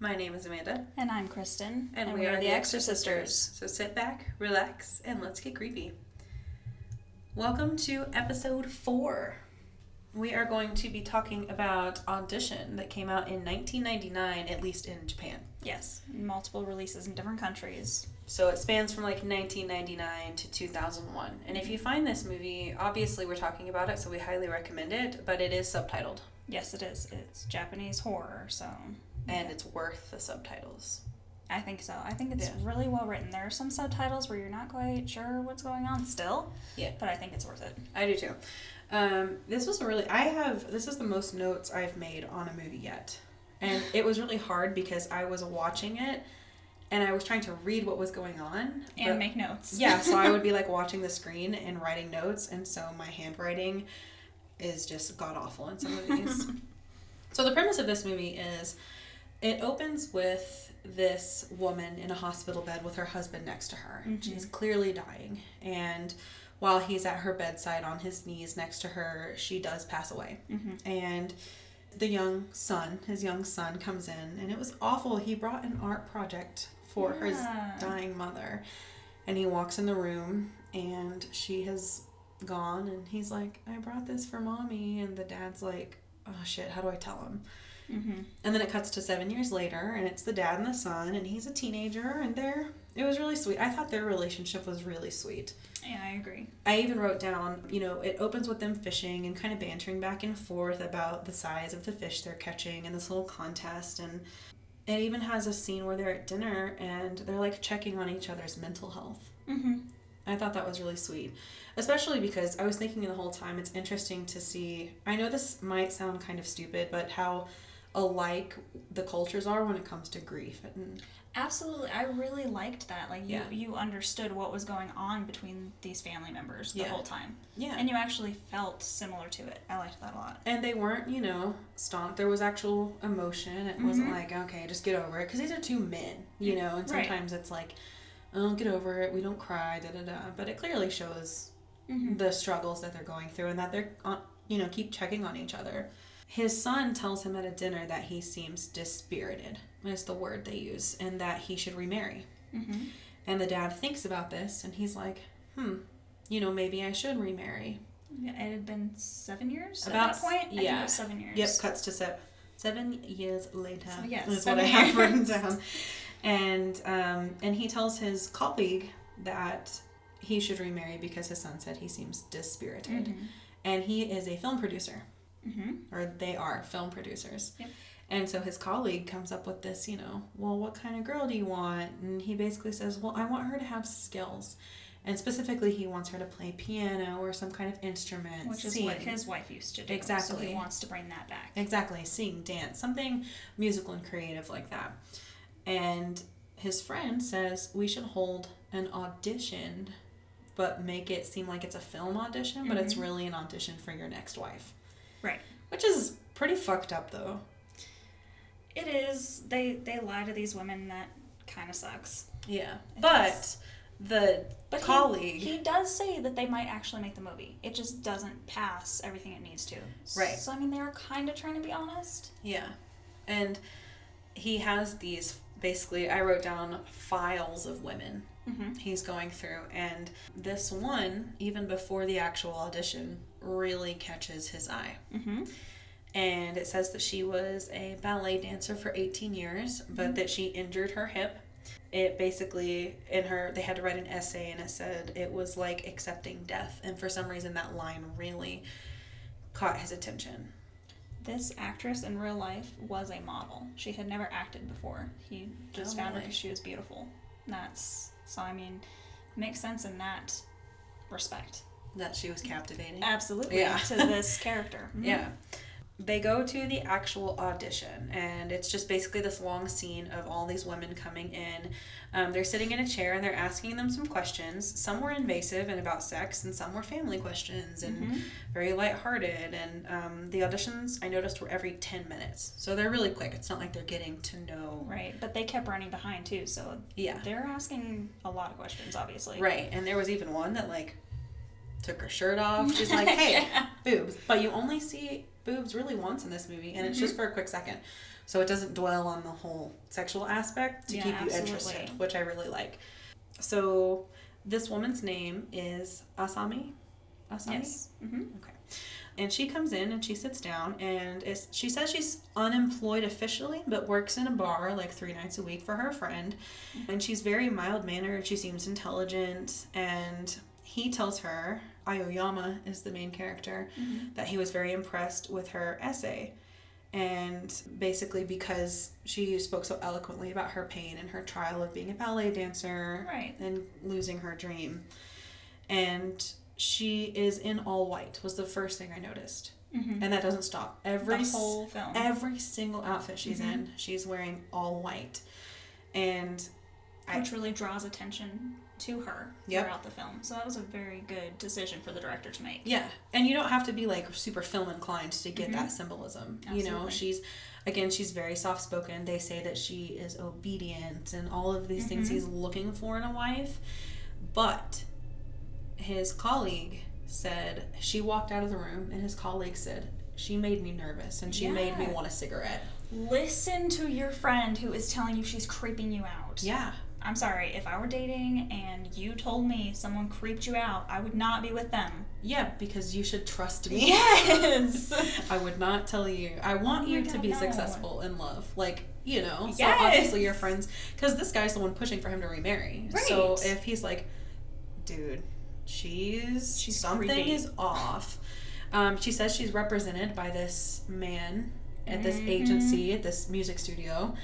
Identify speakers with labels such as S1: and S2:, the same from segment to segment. S1: My name is Amanda,
S2: And I'm Kristen.
S1: and, we, are, the Extra Sisters. So sit back, relax, and let's get creepy. Welcome to episode four. We are going to be talking about Audition that came out in 1999, at least in Japan.
S2: Yes, multiple releases in different countries.
S1: So it spans from like 1999 to 2001. And if you find this movie, obviously we're talking about it, so we highly recommend it, but it is subtitled,
S2: Yes, it is. It's Japanese horror, so
S1: and it's worth the subtitles.
S2: I think so. I think it's
S1: Yeah.
S2: really well written. There are some subtitles where you're not quite sure what's going on still.
S1: Yeah.
S2: But I think it's worth it.
S1: I do too. Um, this was a really I have this is the most notes I've made on a movie yet, and it was really hard because I was watching it, and I was trying to read what was going on.
S2: And
S1: but-
S2: make notes.
S1: yeah, so I would be like watching the screen and writing notes, and so my handwriting is just god awful in some of these. so the premise of this movie is it opens with this woman in a hospital bed with her husband next to her.
S2: Mm-hmm.
S1: She's clearly dying, and while he's at her bedside on his knees next to her, she does pass away.
S2: Mm-hmm.
S1: And the young son, his young son, comes in, and it was awful. He brought an art project for
S2: Yeah.
S1: his dying mother, and he walks in the room, and she has gone, and he's like, "I brought this for mommy," and the dad's like, "Oh shit, how do I tell him?"
S2: Mm-hmm.
S1: And then it cuts to seven years later, and it's the dad and the son, and he's a teenager, and they're. It was really sweet. I thought their relationship was really sweet.
S2: Yeah, I agree.
S1: I even wrote down, you know, it opens with them fishing and kind of bantering back and forth about the size of the fish they're catching and this little contest. And it even has a scene where they're at dinner and they're like checking on each other's mental health.
S2: Mm-hmm.
S1: I thought that was really sweet, especially because I was thinking the whole time it's interesting to see. I know this might sound kind of stupid, but how alike the cultures are when it comes to grief and
S2: Absolutely. I really liked that. Like you,
S1: Yeah.
S2: you understood what was going on between these family members the
S1: Yeah.
S2: whole time.
S1: yeah
S2: And you actually felt similar to it. I liked that a lot.
S1: And they weren't, you know, stomped. There was actual emotion. It wasn't like, okay, just get over it. Because these are two men, you know, and
S2: Right.
S1: sometimes it's like, oh, get over it. We don't cry, da da da. But it clearly shows
S2: Mm-hmm.
S1: the struggles that they're going through and that they're, on, you know, keep checking on each other. His son tells him at a dinner that he seems dispirited, is the word they use, and that he should remarry.
S2: Mm-hmm.
S1: And the dad thinks about this and he's like, hmm, you know, maybe I should remarry.
S2: Yeah, it had been seven years
S1: About
S2: at
S1: s-
S2: that point. I think
S1: yeah.
S2: it was seven years.
S1: Yep, cuts to seven. Seven years later
S2: So, yes,
S1: is what
S2: seven
S1: I have
S2: years.
S1: written down, and um, and he tells his colleague that he should remarry because his son said he seems dispirited, and he is a film producer,
S2: Mm-hmm.
S1: or they are film producers,
S2: Yep.
S1: and so his colleague comes up with this, you know, well, what kind of girl do you want? And he basically says, well, I want her to have skills, and specifically, he wants her to play piano or some kind of instrument,
S2: Which is
S1: sing.
S2: what his wife used to do. So
S1: Exactly.
S2: he wants to bring that back.
S1: Exactly, sing, dance, something musical and creative like that. And his friend says we should hold an audition, but make it seem like it's a film audition, but
S2: Mm-hmm.
S1: it's really an audition for your next wife.
S2: Right.
S1: Which is pretty fucked up though.
S2: It is. They they lie to these women. That kind of sucks.
S1: Yeah.
S2: It
S1: But
S2: does.
S1: the
S2: But he-
S1: colleague
S2: He does say that they might actually make the movie. It just doesn't pass everything it needs to.
S1: Right.
S2: So I mean, they are kind of trying to be honest.
S1: Yeah. And he has these basically I wrote down files of women
S2: Mhm.
S1: he's going through and this one even before the actual audition really catches his eye.
S2: Mm-hmm.
S1: And it says that she was a ballet dancer for 18 years, but that she injured her hip. It basically in her they had to write an essay and it said it was like accepting death and for some reason that line really caught his attention.
S2: This actress in real life was a model. She had never acted before. He just
S1: Oh,
S2: found her
S1: really?
S2: because she was beautiful. That's so. I mean, makes sense in that respect.
S1: That she was captivating.
S2: Absolutely.
S1: Yeah.
S2: To this character. Mhm.
S1: Yeah. They go to the actual audition, and it's just basically this long scene of all these women coming in. Um, they're sitting in a chair and they're asking them some questions. Some were invasive and about sex, and some were family questions and
S2: Mm-hmm.
S1: very lighthearted. And um, the auditions, I noticed, were every 10 minutes. So they're really quick. It's not like they're getting to know.
S2: Right, but they kept running behind too, so
S1: Yeah.
S2: they're asking a lot of questions, obviously.
S1: Right. And there was even one that, like, took her shirt off. She's like, hey,
S2: Yeah.
S1: boobs. But you only see boobs really once in this movie, and it's
S2: Mm-hmm.
S1: just for a quick second. So it doesn't dwell on the whole sexual aspect to
S2: Yeah,
S1: keep you
S2: absolutely.
S1: interested, which I really like. So this woman's name is Asami. Asami?
S2: Yes. Mm-hmm.
S1: Okay. And she comes in and she sits down and is, she says she's unemployed officially, but works in a bar like three nights a week for her friend. And she's very mild mannered. She seems intelligent. And he tells her, Aoyama is the main character, that he was very impressed with her essay. And basically, because she spoke so eloquently about her pain and her trial of being a ballet dancer
S2: Right.
S1: and losing her dream. And she is in all white was the first thing I noticed.
S2: Mm-hmm.
S1: And that doesn't stop. Every
S2: the
S1: s-
S2: whole Mm-hmm. film.
S1: every single outfit she's in, she's wearing all white. And I-
S2: which really draws attention to her
S1: Yep.
S2: throughout the film. So that was a very good decision for the director to make.
S1: yeah, and you don't have to be like super film inclined to get that symbolism. You know,
S2: Mm-hmm. Absolutely.
S1: she's again, she's very soft spoken. They say that she is obedient and all of these things
S2: Mm-hmm.
S1: he's looking for in a wife. But his colleague said she walked out of the room and his colleague said she made me nervous and she made me
S2: Yeah.
S1: want a cigarette.
S2: Listen to your friend who is telling you she's creeping you out.
S1: Yeah.
S2: I'm sorry, if I were dating and you told me someone creeped you out, I would not be with them.
S1: Yeah, because you should trust me.
S2: Yes!
S1: I would not tell you. I want
S2: Oh my
S1: you to
S2: God,
S1: be
S2: no.
S1: successful in love. Like, you know, so
S2: Yes.
S1: obviously your friends, because this guy's the one pushing for him to remarry. So
S2: Right.
S1: if he's like, dude, she's,
S2: She's
S1: something
S2: creepy."
S1: is off. Um, she says she's represented by this man at this
S2: Mm-hmm.
S1: agency, at this music studio.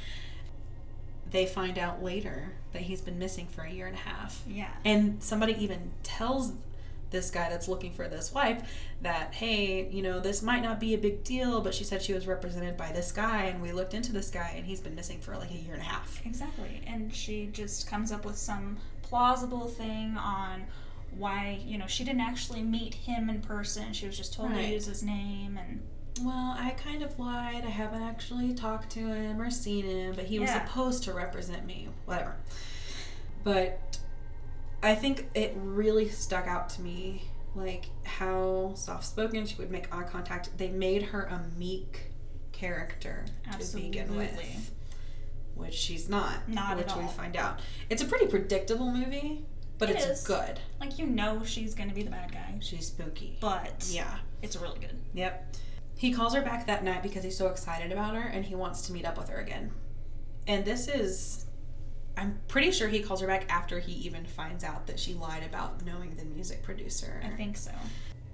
S1: They find out later that he's been missing for a year and a half.
S2: yeah.
S1: And somebody even tells this guy that's looking for this wife that, hey, you know, this might not be a big deal, but she said she was represented by this guy, and we looked into this guy, and he's been missing for like a year and a half.
S2: Exactly. And she just comes up with some plausible thing on why, you know, she didn't actually meet him in person. She was just told
S1: Right.
S2: to use his name and
S1: Well, I kind of lied. I haven't actually talked to him or seen him, but he was
S2: Yeah.
S1: supposed to represent me. Whatever. But I think it really stuck out to me, like how soft spoken she would make eye contact. They made her a meek character to begin
S2: Absolutely.
S1: with. Which she's not.
S2: Not at
S1: which we
S2: all.
S1: find out. It's a pretty predictable movie, but
S2: It
S1: it's
S2: is.
S1: good.
S2: like you know she's gonna be the bad guy.
S1: She's spooky.
S2: But
S1: yeah.
S2: it's really good.
S1: Yep. He calls her back that night because he's so excited about her and he wants to meet up with her again. And this is I'm pretty sure he calls her back after he even finds out that she lied about knowing the music producer.
S2: I think so.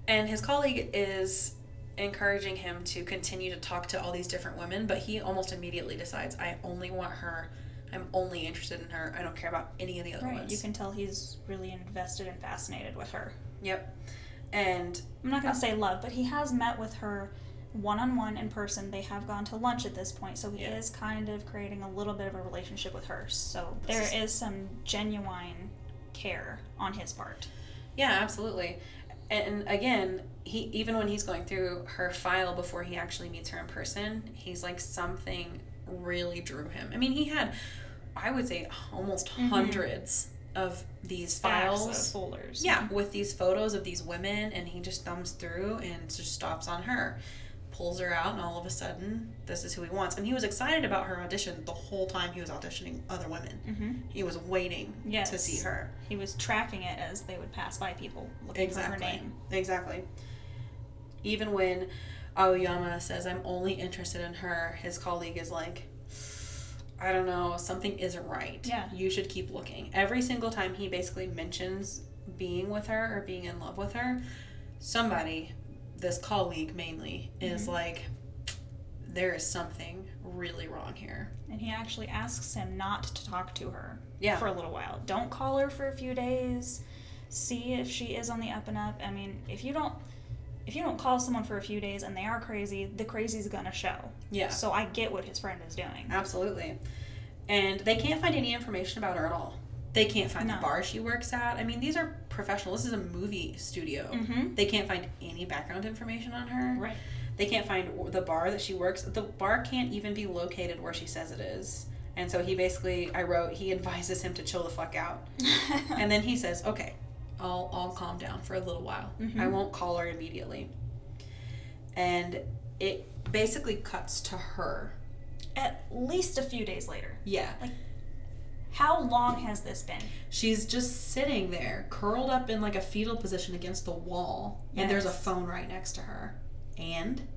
S1: And his colleague is encouraging him to continue to talk to all these different women, but he almost immediately decides I only want her. I'm only interested in her. I don't care about any of the other
S2: Right.
S1: ones.
S2: You can tell he's really invested and fascinated with her.
S1: Yep. And
S2: I'm not going to say love, but he has met with her one on one in person. They have gone to lunch at this point, so he
S1: Yeah.
S2: is kind of creating a little bit of a relationship with her. So
S1: This
S2: there is
S1: is-
S2: some genuine care on his part.
S1: Yeah, absolutely. And again, he even when he's going through her file before he actually meets her in person, he's like something really drew him. I mean, he had I would say almost hundreds of these
S2: Mm-hmm. Stacks of
S1: files.
S2: folders.
S1: Yeah, with these photos of these women and he just thumbs through and just stops on her. Pulls her out and all of a sudden, this is who he wants. And he was excited about her audition the whole time he was auditioning other women.
S2: hmm
S1: He was waiting
S2: Yes.
S1: to see her.
S2: He was tracking it as they would pass by people looking for her name.
S1: Exactly. Even when Aoyama says, I'm only interested in her, his colleague is like, I don't know, something isn't right.
S2: Yeah.
S1: You should keep looking. Every single time he basically mentions being with her or being in love with her, somebody, this colleague mainly, is
S2: Mm-hmm.
S1: like, there is something really wrong here.
S2: And he actually asks him not to talk to her
S1: Yeah.
S2: for a little while. Don't call her for a few days. See if she is on the up and up. I mean, if you don't if you don't call someone for a few days and they are crazy, the crazy's gonna show.
S1: yeah.
S2: So I get what his friend is doing.
S1: Absolutely. And they can't find any information about her at all. They can't find
S2: No.
S1: the bar she works at. I mean, these are professional. This is a movie studio.
S2: Mm-hmm.
S1: They can't find any background information on her.
S2: Right.
S1: They can't find w- the bar that she works. The bar can't even be located where she says it is. And so he basically, I wrote, he advises him to chill the fuck out. And then he says, "Okay, I'll I'll calm down for a little while. I
S2: Mhm.
S1: won't call her immediately." And it basically cuts to her.
S2: At least a few days later.
S1: Yeah.
S2: How long has this been?
S1: She's just sitting there, curled up in like a fetal position against the wall, and there's a
S2: Yes.
S1: phone right next to her. And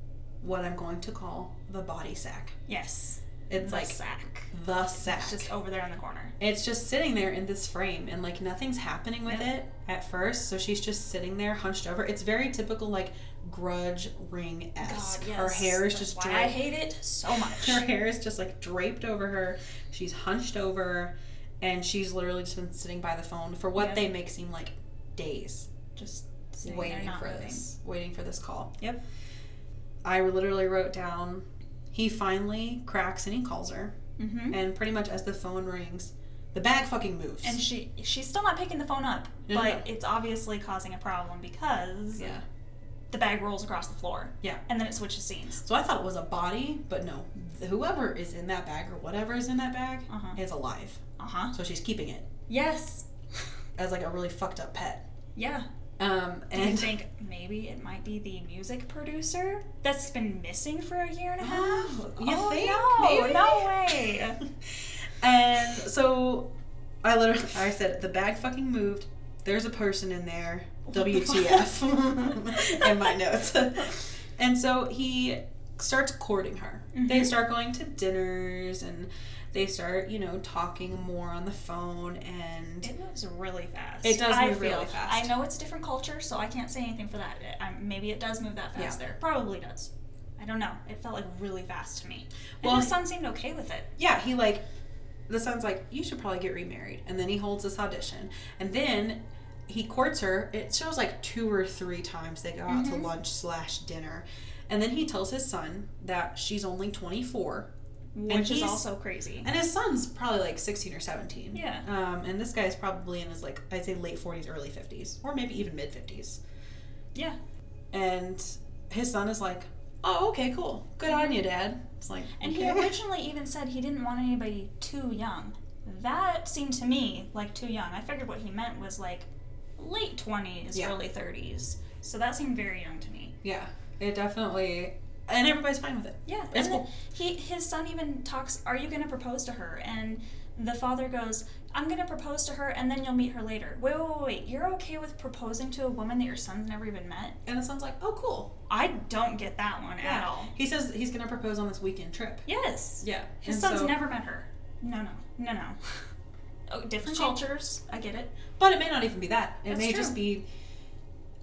S1: what I'm going to call the body sack.
S2: Yes.
S1: It's
S2: the
S1: like
S2: sack.
S1: the sack.
S2: It's just over there in the corner.
S1: it's just sitting there in this frame and like nothing's happening with
S2: Yeah.
S1: it at first so she's just sitting there hunched over it's very typical like grudge ring esque her hair is
S2: That's
S1: just
S2: why
S1: draped
S2: I hate it so much.
S1: her hair is just like draped over her she's hunched over and she's literally just been sitting by the phone for what
S2: Yeah.
S1: they make seem like days
S2: just sitting there,
S1: waiting
S2: not
S1: for
S2: moving.
S1: this waiting for this call
S2: Yep.
S1: i literally wrote down he finally cracks and he calls her
S2: Mm-hmm.
S1: and pretty much as the phone rings the bag fucking moves
S2: And she she's still not picking the phone up,
S1: No, no,
S2: but it's obviously causing a problem because
S1: yeah
S2: the bag rolls across the floor.
S1: Yeah.
S2: And then it switches scenes.
S1: So I thought it was a body, but no. Whoever is in that bag or whatever is in that bag
S2: Uh-huh.
S1: is alive.
S2: Uh-huh.
S1: So she's keeping it
S2: Yes.
S1: as like a really fucked up pet.
S2: Yeah.
S1: Um,
S2: Do you
S1: and
S2: think maybe it might be the music producer that's been missing for a year and a half?
S1: Oh, you
S2: Oh,
S1: think?
S2: no,
S1: Maybe?
S2: no way.
S1: and so I literally I said the bag fucking moved. There's a person in there.
S2: the
S1: WTF
S2: fuck?
S1: in my notes. and so he starts courting her. They
S2: Mhm.
S1: start going to dinners and they start, you know, talking more on the phone and
S2: It moves really fast.
S1: It does
S2: I
S1: move really
S2: feel-
S1: fast.
S2: I know it's a different culture, so I can't say anything for that. It, I, maybe it does move that fast
S1: Yeah.
S2: there. Probably does. I don't know. It felt like really fast to me. And
S1: Well,
S2: his son seemed okay with it.
S1: yeah, he like the son's like, you should probably get remarried, and then he holds this audition, and then he courts her. It shows like two or three times they go out to
S2: Mhm.
S1: lunch slash dinner, and then he tells his son that she's only twenty four,
S2: Which is
S1: he's-
S2: also crazy.
S1: and his son's probably like sixteen or seventeen.
S2: Yeah.
S1: Um, and this guy's probably in his like I'd say late forties, early fifties, or maybe even mid fifties,
S2: Yeah.
S1: and his son is like, oh okay, cool, good on you, dad. It's like,
S2: And he
S1: okay.
S2: originally even said he didn't want anybody too young. That seemed to me like too young. I figured what he meant was like late 20s,
S1: Yeah.
S2: early 30s. So that seemed very young to me.
S1: yeah, it definitely, and everybody's fine with it.
S2: Yeah,
S1: It's
S2: and then
S1: cool.
S2: he his son even talks. Are you going to propose to her? And the father goes, "I'm going to propose to her, and then you'll meet her later." Wait, wait, wait, wait. You're okay with proposing to a woman that your son's never even met?
S1: And the son's like, oh cool,
S2: I don't get that one at
S1: Yeah.
S2: all.
S1: He says he's gonna propose on this weekend trip.
S2: Yes,
S1: Yeah.
S2: his
S1: and
S2: son's
S1: so-
S2: never met her. No, no, no, no. Oh, different
S1: She-
S2: cultures. I get it.
S1: But it may not even be that. It
S2: That's
S1: may just
S2: true.
S1: be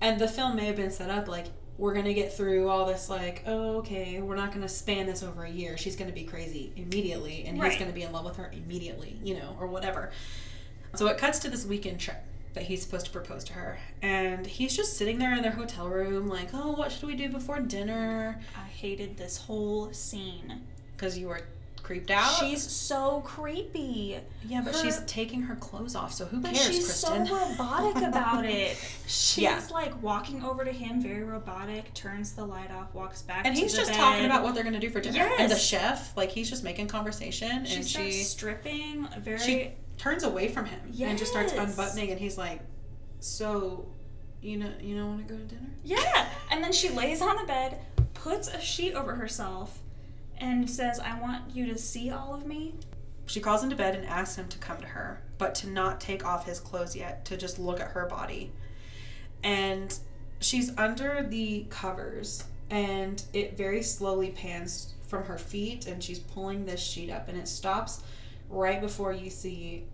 S1: and the film may have been set up like we're gonna get through all this like, oh, okay, we're not gonna span this over a year. She's gonna be crazy immediately and he's
S2: Right.
S1: gonna be in love with her immediately, you know, or whatever. So it cuts to this weekend trip that he's supposed to propose to her. And he's just sitting there in their hotel room, like, oh, what should we do before dinner?
S2: I hated this whole scene.
S1: Because you were creeped out.
S2: She's so creepy.
S1: yeah, but
S2: her-
S1: she's taking her clothes off, so who
S2: But
S1: cares,
S2: she's
S1: Kristen?
S2: so robotic about it. She's
S1: Yeah.
S2: like walking over to him, very robotic, turns the light off, walks back.
S1: And
S2: to
S1: he's
S2: the
S1: just
S2: bed.
S1: talking about what they're gonna do for dinner. And the
S2: Yes.
S1: chef, like he's just making conversation,
S2: She
S1: and
S2: starts
S1: she
S2: stripping. Very.
S1: she turns away from him and just starts
S2: Yes.
S1: unbuttoning, and he's like, "So, you know, you don't want to go to dinner?"
S2: yeah, and then she lays on the bed, puts a sheet over herself, and says, "I want you to see all of me."
S1: She calls him to bed and asks him to come to her, but to not take off his clothes yet, to just look at her body. And she's under the covers, and it very slowly pans from her feet, and she's pulling this sheet up, and it stops right before you see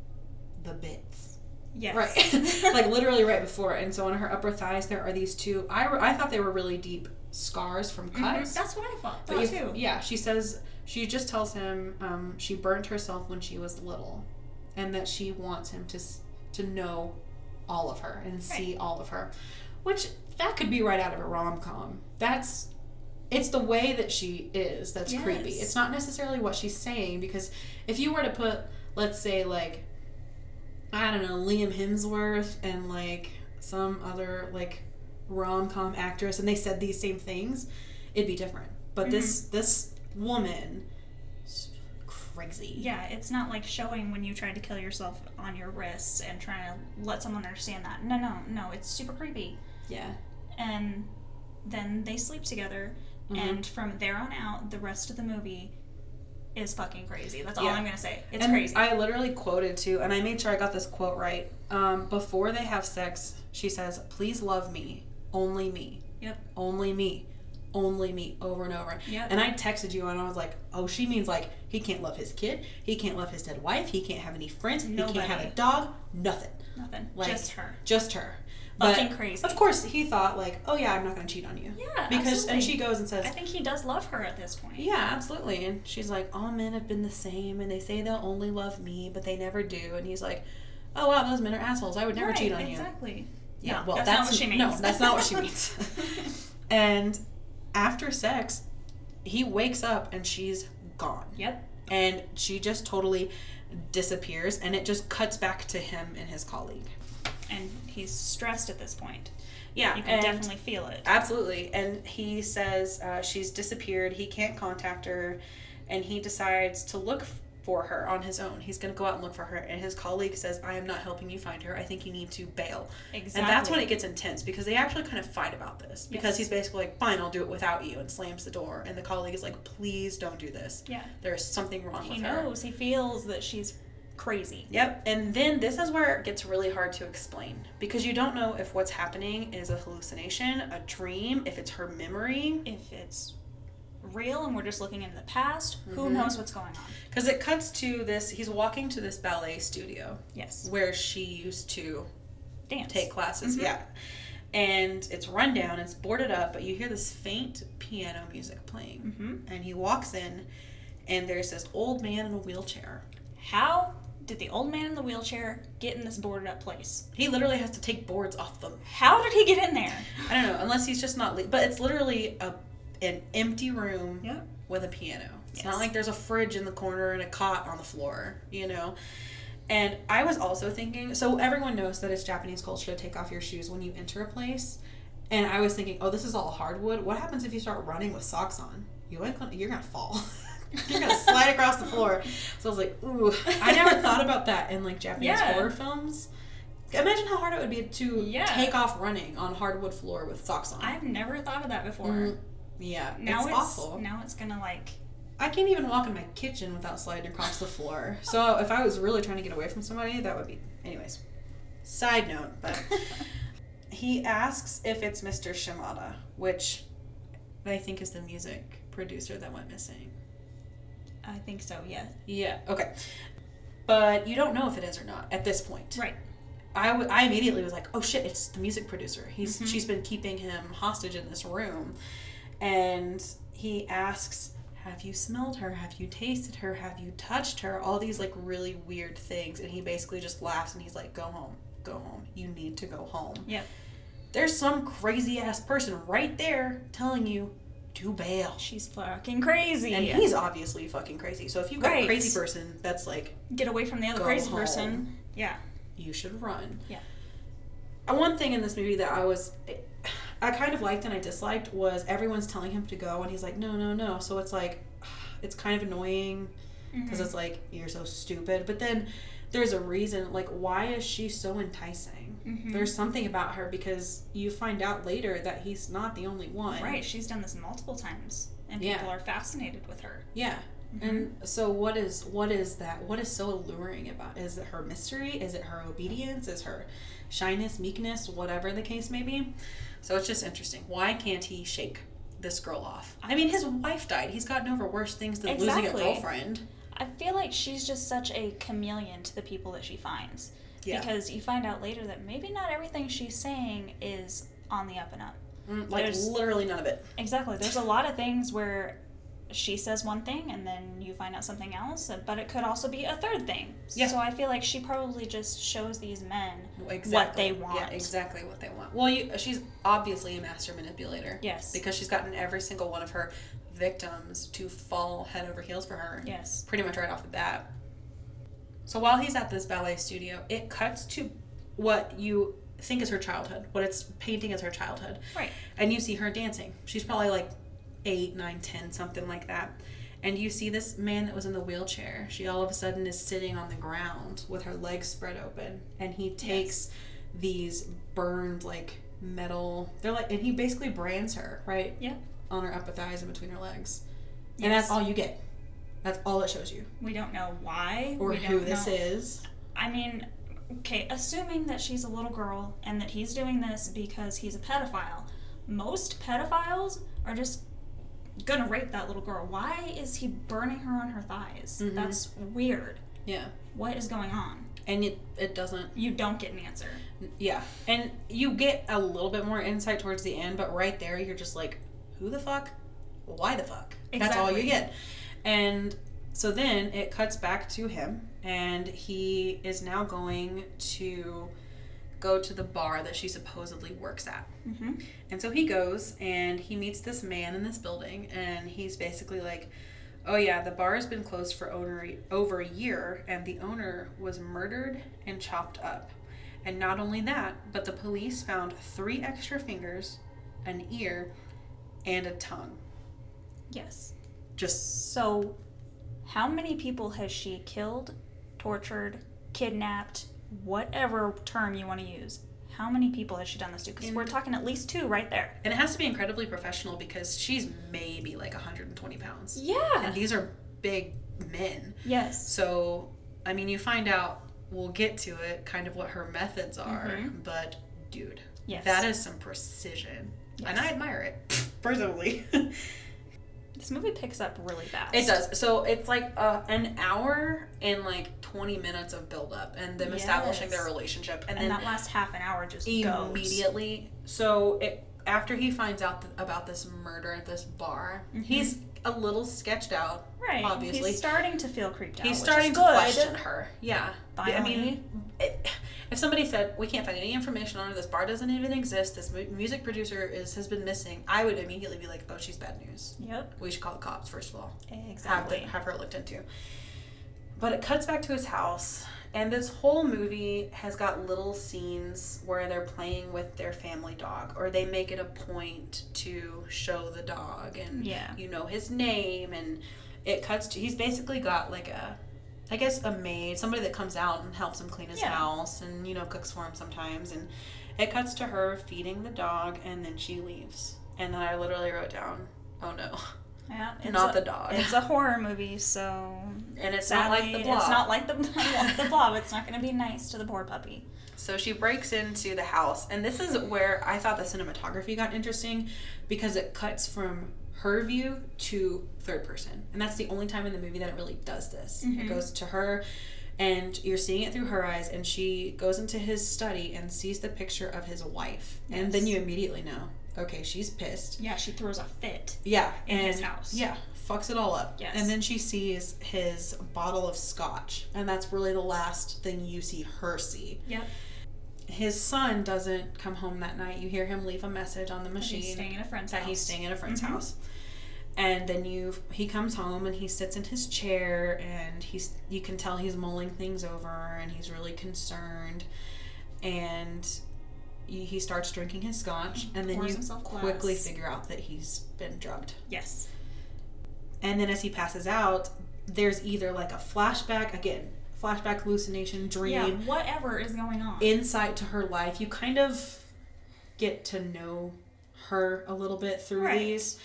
S1: the bits.
S2: Yes.
S1: Right. like literally right before. And so on her upper thighs, there are these two. I, I thought they were really deep scars from
S2: Mhm,
S1: cuts.
S2: That's what I thought,
S1: But
S2: thought
S1: you-
S2: too.
S1: Yeah, she says, she just tells him um, she burnt herself when she was little and that she wants him to, s- to know all of her and see all of her. Which that could be right out of a rom com. That's. It's the way that she is that's creepy.
S2: Yes.
S1: It's not necessarily what she's saying because if you were to put, let's say, like I don't know, Liam Hemsworth and like some other like rom com actress and they said these same things, it'd be different. But this
S2: Mm-hmm.
S1: this woman s- crazy.
S2: Yeah, it's not like showing when you tried to kill yourself on your wrists and trying to let someone understand that. No, no, no, it's super creepy.
S1: Yeah.
S2: And then they sleep together.
S1: Mhm.
S2: and from there on out, the rest of the movie is fucking crazy. That's all
S1: Yeah.
S2: I'm gonna say. It's
S1: and
S2: crazy.
S1: I literally quoted too, and I made sure I got this quote right. Um, before they have sex, she says, "Please love me, only me,
S2: yep.
S1: only me, only me," over and over.
S2: Yep.
S1: And I texted you, and I was like, "Oh, she means like he can't love his kid, he can't love his dead wife, he can't have any friends, he
S2: Nobody.
S1: can't have a dog, nothing,
S2: Nothing.
S1: like-
S2: Just her.
S1: just her."
S2: Fucking
S1: But
S2: crazy.
S1: of course, he thought like, "Oh yeah, I'm not gonna cheat on you,"
S2: Yeah.
S1: because
S2: absolutely.
S1: and she goes and says,
S2: I think he does love her at this point.
S1: Yeah, absolutely. And she's like, all men have been the same, and they say they'll only love me, but they never do. And he's like, oh wow, those men are assholes. I would never
S2: Right,
S1: cheat on you.
S2: Exactly.
S1: Yeah,
S2: No,
S1: well,
S2: that's
S1: that's,
S2: not what she
S1: No,
S2: means.
S1: that's not what she means. and after sex, he wakes up and she's gone,
S2: Yep.
S1: and she just totally disappears, and it just cuts back to him and his colleague.
S2: And he's stressed at this point.
S1: Yeah,
S2: You can definitely feel it.
S1: Absolutely. And he says uh, she's disappeared. He can't contact her. And he decides to look f- for her on his own. He's going to go out and look for her. And his colleague says, I am not helping you find her. I think you need to bail.
S2: Exactly.
S1: And that's when it gets intense because they actually kind of fight about this because
S2: Yes.
S1: he's basically like, fine, I'll do it without you and slams the door. And the colleague is like, please don't do this.
S2: Yeah.
S1: There's something wrong with
S2: He
S1: her.
S2: knows. He feels that she's crazy.
S1: Yep. And then this is where it gets really hard to explain because you don't know if what's happening is a hallucination, a dream, if it's her memory.
S2: If it's real and we're just looking into the past, who
S1: Mhm.
S2: knows what's going on?
S1: Because it cuts to this, he's walking to this ballet studio
S2: Yes.
S1: where she used to
S2: Dance.
S1: take classes.
S2: Mhm.
S1: Yeah. And it's run down, it's boarded up, but you hear this faint piano music playing.
S2: Mm-hmm.
S1: And he walks in, and there's this old man in a wheelchair.
S2: How did the old man in the wheelchair get in this boarded up place?
S1: He literally has to take boards off them.
S2: How did he get in there?
S1: I don't know, unless he's just not, le- but it's literally a, an empty room
S2: Yep.
S1: with a piano. It's
S2: Yes.
S1: not like there's a fridge in the corner and a cot on the floor, you know? And I was also thinking, so everyone knows that it's Japanese culture to take off your shoes when you enter a place. And I was thinking, oh, this is all hardwood. What happens if you start running with socks on? You ain't gonna, you're gonna fall. you're gonna slide across the floor. So I was like, ooh, I never thought about that in like Japanese
S2: Yeah.
S1: horror films. Imagine how hard it would be to
S2: Yeah.
S1: take off running on hardwood floor with socks on.
S2: I've never thought of that before.
S1: Mm, yeah,
S2: Now
S1: it's, awful.
S2: Now it's gonna like
S1: I can't even walk in my kitchen without sliding across the floor. So if I was really trying to get away from somebody, that would be. Anyways, side note, but he asks if it's Mr. Shimada, which I think is the music producer that went missing.
S2: I think so, yeah.
S1: Yeah, okay. But you don't know if it is or not at this point.
S2: Right.
S1: I, w- I immediately was like, oh shit, it's the music producer. He's
S2: Mhm.
S1: she's been keeping him hostage in this room, and he asks, have you smelled her? Have you tasted her? Have you touched her? All these like really weird things, and he basically just laughs and he's like, go home, go home. You need to go home.
S2: Yep.
S1: There's some crazy ass person right there telling you to bail.
S2: She's fucking crazy.
S1: And he's obviously fucking crazy. So if you've got
S2: Right.
S1: a crazy person that's like,
S2: Get away from the other
S1: Go
S2: crazy
S1: home.
S2: person. Yeah.
S1: you should run.
S2: Yeah.
S1: Uh, One thing in this movie that I was, I kind of liked and I disliked was everyone's telling him to go and he's like, no, no, no. So it's like, it's kind of annoying because
S2: Mhm.
S1: it's like, you're so stupid. But then there's a reason, like, why is she so enticing?
S2: Mhm.
S1: There's something about her because you find out later that he's not the only one.
S2: Right, she's done this multiple times, and
S1: Yeah.
S2: people are fascinated with her.
S1: Yeah.
S2: Mm-hmm.
S1: And so what is what is that? What is so alluring about? Is it her mystery? Is it her obedience? Is her shyness, meekness, whatever the case may be? So it's just interesting. Why can't he shake this girl off? I mean, his wife died. He's gotten over worse things than losing
S2: Exactly.
S1: a girlfriend.
S2: I feel like she's just such a chameleon to the people that she finds.
S1: Yeah.
S2: Because you find out later that maybe not everything she's saying is on the up and up.
S1: Mm, like
S2: there's-
S1: literally none of it.
S2: Exactly. There's a lot of things where she says one thing and then you find out something else, but it could also be a third thing.
S1: Yeah.
S2: So I feel like she probably just shows these men
S1: Exactly.
S2: they
S1: Yeah,
S2: want.
S1: exactly what they want. Well, you, she's obviously a master manipulator.
S2: Yes.
S1: Because she's gotten every single one of her victims to fall head over heels for her.
S2: Yes.
S1: pretty much right off the bat. So while he's at this ballet studio, it cuts to what you think is her childhood, what it's painting as her childhood.
S2: Right.
S1: And you see her dancing. She's probably like eight, nine, ten, something like that. And you see this man that was in the wheelchair. She all of a sudden is sitting on the ground with her legs spread open. And he takes these burned, like, metal. They're like, and he basically brands her, right?
S2: Yeah.
S1: on her upper thighs and between her legs.
S2: Yes.
S1: And that's all you get. That's all it shows you.
S2: We don't know why.
S1: Or
S2: we
S1: who
S2: don't
S1: this
S2: know.
S1: is.
S2: I mean, okay, assuming that she's a little girl and that he's doing this because he's a pedophile. Most pedophiles are just gonna rape that little girl. Why is he burning her on her thighs?
S1: Mhm.
S2: That's weird.
S1: Yeah.
S2: What is going on?
S1: And it, it doesn't.
S2: You don't get an answer.
S1: Yeah. And you get a little bit more insight towards the end, but right there, you're just like, who the fuck? Why the fuck? That's all you
S2: Exactly.
S1: get. And so then it cuts back to him, and he is now going to go to the bar that she supposedly works at.
S2: Mm-hmm.
S1: And so he goes and he meets this man in this building, and he's basically like, Oh, yeah, the bar has been closed for owner, over a year, and the owner was murdered and chopped up. And not only that, but the police found three extra fingers, an ear, and a tongue.
S2: Yes.
S1: Just
S2: So, how many people has she killed, tortured, kidnapped, whatever term you want to use? How many people has she done this to? Because
S1: In-
S2: we're talking at least two right there.
S1: and it has to be incredibly professional because she's maybe like 120 pounds. And
S2: Yeah.
S1: these are big men.
S2: Yes.
S1: So, I mean, you find out, we'll get to it, kind of what her methods are,
S2: Mhm.
S1: but dude,
S2: Yes.
S1: that is some precision. And I
S2: Yes.
S1: admire it, personally.
S2: This movie picks up really fast.
S1: it does. So, it's like uh, an hour and like 20 minutes of buildup and them establishing their
S2: Yes.
S1: relationship. And,
S2: And
S1: then
S2: that last half an hour just goes.
S1: immediately. So, it, after he finds out th- about this murder at this bar,
S2: Mhm.
S1: he's a little sketched out.
S2: Right.
S1: Obviously.
S2: He's starting to feel creeped out.
S1: He's
S2: which
S1: starting
S2: is
S1: to
S2: good.
S1: question her. Yeah.
S2: Finally.
S1: I mean, it, if somebody said we can't find any information on her, this bar doesn't even exist, this mu- music producer is has been missing, I would immediately be like, oh, she's bad news.
S2: Yep.
S1: We should call the cops first of all.
S2: Exactly.
S1: Have, the, have her looked into. But it cuts back to his house, and this whole movie has got little scenes where they're playing with their family dog, or they make it a point to show the dog, and
S2: Yeah.
S1: you know his name, and it cuts to he's basically got like a, I guess a maid, somebody that comes out and helps him clean his
S2: Yeah.
S1: house, and you know cooks for him sometimes, and it cuts to her feeding the dog, and then she leaves, and then I literally wrote down, oh no,
S2: Yeah. It's
S1: not
S2: a,
S1: the dog.
S2: It's a horror movie, so
S1: and it's not
S2: sadly,
S1: like the blob.
S2: it's not like the the blob. It's not going to be nice to the poor puppy.
S1: so she breaks into the house, and this is where I thought the cinematography got interesting because it cuts from her view to third person, and that's the only time in the movie that it really does this. It
S2: Mhm.
S1: goes to her, and you're seeing it through her eyes, and she goes into his study and sees the picture of his wife, and then
S2: Yes.
S1: you immediately know, okay, she's pissed.
S2: Yeah, she throws a fit.
S1: Yeah,
S2: In
S1: and
S2: his house.
S1: Yeah, fucks it all up.
S2: Yes.
S1: And then she sees his bottle of scotch, and that's really the last thing you see her see.
S2: Yep.
S1: His son doesn't come home that night. You hear him leave a message on the machine
S2: She's staying in a friend's
S1: that
S2: house.
S1: he's staying at a friend's
S2: Mhm.
S1: house. And then you he comes home and he sits in his chair and he's you can tell he's mulling things over and he's really concerned and he he starts drinking his scotch and then
S2: Pours
S1: you
S2: himself glass.
S1: quickly figure out that he's been drugged.
S2: Yes.
S1: And then as he passes out, there's either like a flashback, again, flashback, hallucination,
S2: Yeah.
S1: dream,
S2: Whatever is going on.
S1: insight to her life. You kind of get to know her a little bit through
S2: Right.
S1: these.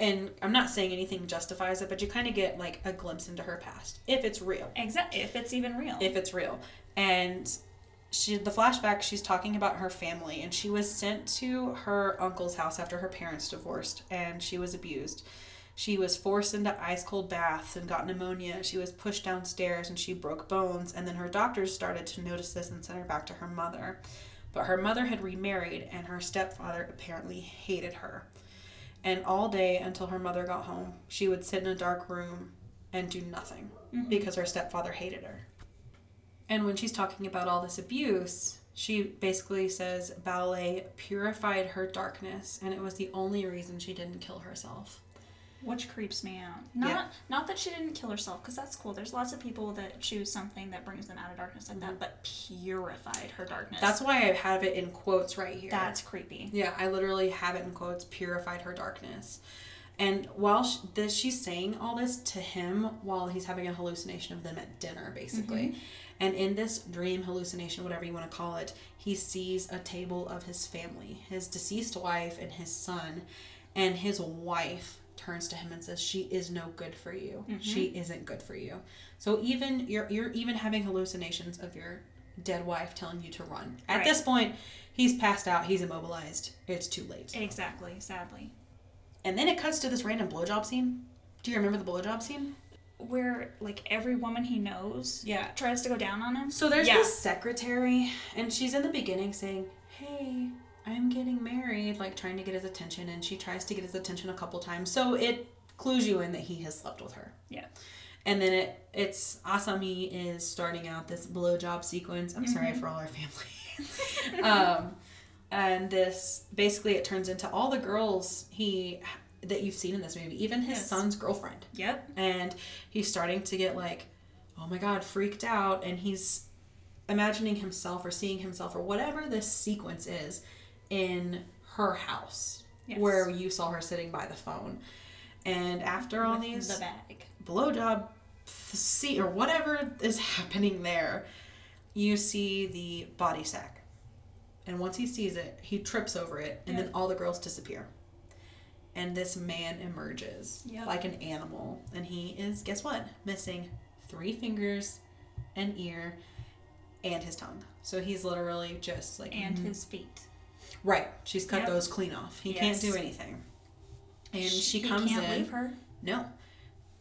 S1: And I'm not saying anything justifies it, but you kind of get like a glimpse into her past, if it's real
S2: Exactly. If it's even real.
S1: if it's real. And she the flashback she's talking about her family and she was sent to her uncle's house after her parents divorced and she was abused. She was forced into ice cold baths and got pneumonia. She was pushed downstairs and she broke bones and then her doctors started to notice this and sent her back to her mother. But her mother had remarried and her stepfather apparently hated her. And all day until her mother got home, she would sit in a dark room and do nothing because her stepfather hated her. And when she's talking about all this abuse, she basically says ballet purified her darkness and it was the only reason she didn't kill herself.
S2: which creeps me out.
S1: Yeah.
S2: Not not that she didn't kill herself, because that's cool. There's lots of people that choose something that brings them out of darkness like that, but purified her darkness.
S1: Mm-hmm. That's why I have it in quotes right here.
S2: that's creepy.
S1: Yeah, I literally have it in quotes purified her darkness. And while she, this, she's saying all this to him while he's having a hallucination of them at dinner, basically. And in this dream hallucination, whatever you want to call it, he sees a table of his family, his deceased wife, and his son. and his wife turns to him and says she is no good for you she isn't good for you so even you're you're even having hallucinations of your dead wife telling you to run at
S2: Right.
S1: this point he's passed out he's immobilized it's too late
S2: Exactly, sadly.
S1: and then it cuts to this random blowjob scene do you remember the blowjob scene
S2: Where like every woman he knows
S1: yeah
S2: tries to go down on him.
S1: So there's
S2: Yeah.
S1: this secretary, and she's in the beginning saying, Hey, I'm getting married, like trying to get his attention, and she tries to get his attention a couple times. So it clues you in that he has slept with her.
S2: Yeah.
S1: And then it it's Asami is starting out this blowjob sequence. I'm
S2: Mm-hmm.
S1: sorry for all our family. um, and this basically it turns into all the girls he that you've seen in this movie, even his
S2: Yes.
S1: son's girlfriend
S2: Yep.
S1: and he's starting to get like oh my god freaked out and he's imagining himself or seeing himself or whatever this sequence is in her house
S2: Yes.
S1: where you saw her sitting by the phone and after all
S2: With
S1: these
S2: the bag.
S1: blowjob see or whatever is happening there, you see the body sack. And once he sees it, he trips over it, and
S2: Yeah.
S1: then all the girls disappear. And this man emerges
S2: Yep.
S1: like an animal, and he is guess what? Missing three fingers, an ear, and his tongue. So he's literally just like
S2: And his feet.
S1: right. She's cut
S2: Yep.
S1: those clean off. He
S2: Yes.
S1: can't do anything. And she
S2: he
S1: comes
S2: can't
S1: in.
S2: leave her.
S1: No.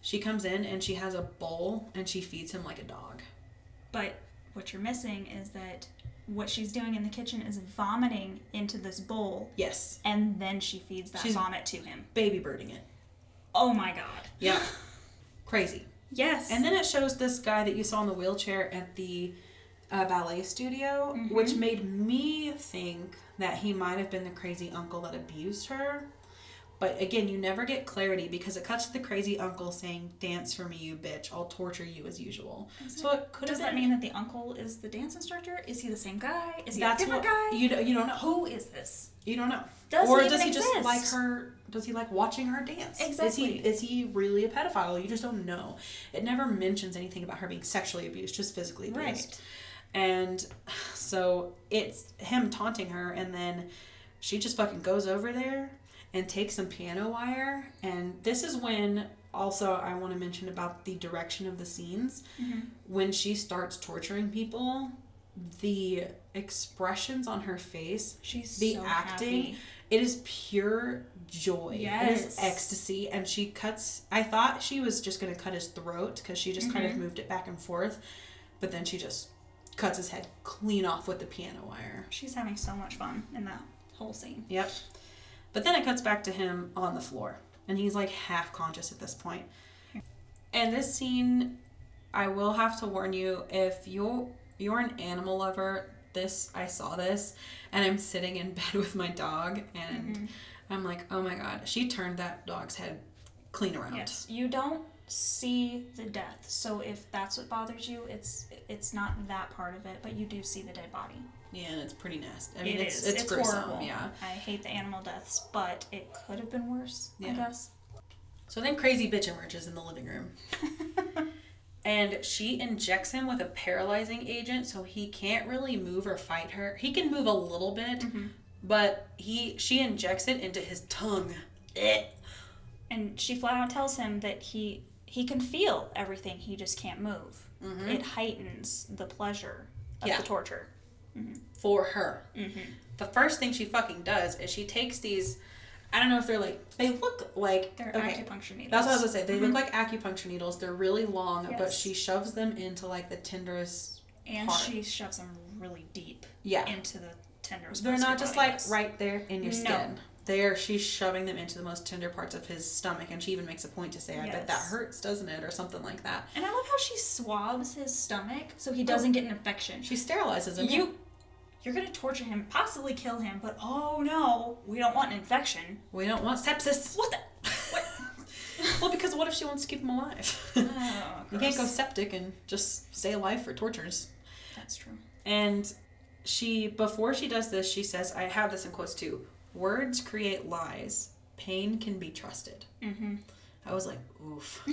S1: She comes in and she has a bowl and she feeds him like a dog.
S2: But what you're missing is that what she's doing in the kitchen is vomiting into this bowl
S1: Yes.
S2: and then she feeds that
S1: She's-
S2: vomit to him.
S1: Baby birding it.
S2: Oh my god.
S1: Yeah. Crazy.
S2: Yes.
S1: And then it shows this guy that you saw in the wheelchair at the uh, ballet studio,
S2: Mm-hmm.
S1: which made me think that he might have been the crazy uncle that abused her. But again, you never get clarity because it cuts to the crazy uncle saying, Dance for me, you bitch. I'll torture you as usual. So it could
S2: does
S1: have
S2: that
S1: been.
S2: mean that the uncle is the dance instructor? Is he the same guy? Is he
S1: that's
S2: a different
S1: what
S2: guy?
S1: you don't, you don't know.
S2: Who is this?
S1: You don't know.
S2: Does
S1: or
S2: he
S1: does
S2: even
S1: he just
S2: exist?
S1: like her? Does he like watching her dance?
S2: Exactly.
S1: Is he, is he really a pedophile? You just don't know. It never mentions anything about her being sexually abused, just physically abused.
S2: Right.
S1: And so it's him taunting her, and then she just fucking goes over there and takes some piano wire. And this is when also I want to mention about the direction of the scenes.
S2: Mm-hmm.
S1: When she starts torturing people, the expressions on her face
S2: She's
S1: the
S2: so
S1: acting
S2: happy.
S1: it is pure joy it is
S2: Yes.
S1: ecstasy and she cuts i thought she was just going to cut his throat because she just kind of moved it back and forth but then she just cuts his head clean off with the piano wire
S2: She's having so much fun in that whole scene.
S1: yep but then it cuts back to him on the floor and he's like half conscious at this point and this scene i will have to warn you if you're you're an animal lover this i saw this and i'm sitting in bed with my dog and
S2: Mm-hmm.
S1: i'm like oh my god she turned that dog's head clean around
S2: Yes. You don't see the death. So if that's what bothers you, it's it's not that part of it, but you do see the dead body.
S1: yeah and it's pretty nasty i
S2: It
S1: mean it's
S2: is.
S1: it's, gruesome
S2: horrible.
S1: yeah
S2: I hate the animal deaths, but it could have been worse, I
S1: Yeah.
S2: guess.
S1: So then crazy bitch emerges in the living room. and she injects him with a paralyzing agent so he can't really move or fight her. He can move a little bit,
S2: Mm-hmm.
S1: but he she injects it into his tongue. Eh.
S2: and she flat out tells him that he he can feel everything he just can't move it heightens the pleasure of
S1: Mm-hmm. Yeah.
S2: the torture
S1: for her.
S2: Mm-hmm.
S1: The first thing she fucking does is she takes these I don't know if they're like they look like
S2: they're
S1: okay,
S2: acupuncture needles
S1: That's what I was gonna say. They look like acupuncture needles. They're really long, but
S2: Yes.
S1: she shoves them into like the tenderest.
S2: and
S1: hard.
S2: she shoves him really deep
S1: Yeah,
S2: into the tenders
S1: They're
S2: parts of
S1: not
S2: your
S1: just
S2: body,
S1: like
S2: yes.
S1: right there in your
S2: No.
S1: skin. There, she's shoving them into the most tender parts of his stomach, and she even makes a point to say, "I bet that
S2: Yes.
S1: hurts, doesn't it?" or something like that.
S2: and i love how she swabs his stomach so
S1: Oh.
S2: he doesn't get an infection
S1: She sterilizes him.
S2: you you're gonna torture him possibly kill him but oh no we don't want an infection
S1: we don't want sepsis.
S2: what the what
S1: well, because what if she wants to keep him alive?
S2: oh,
S1: you can't go
S2: gross.
S1: septic and just stay alive for tortures.
S2: that's true
S1: And she, before she does this, she says, I have this in quotes too words create lies, pain can be trusted. Mm-hmm. I was like, oof.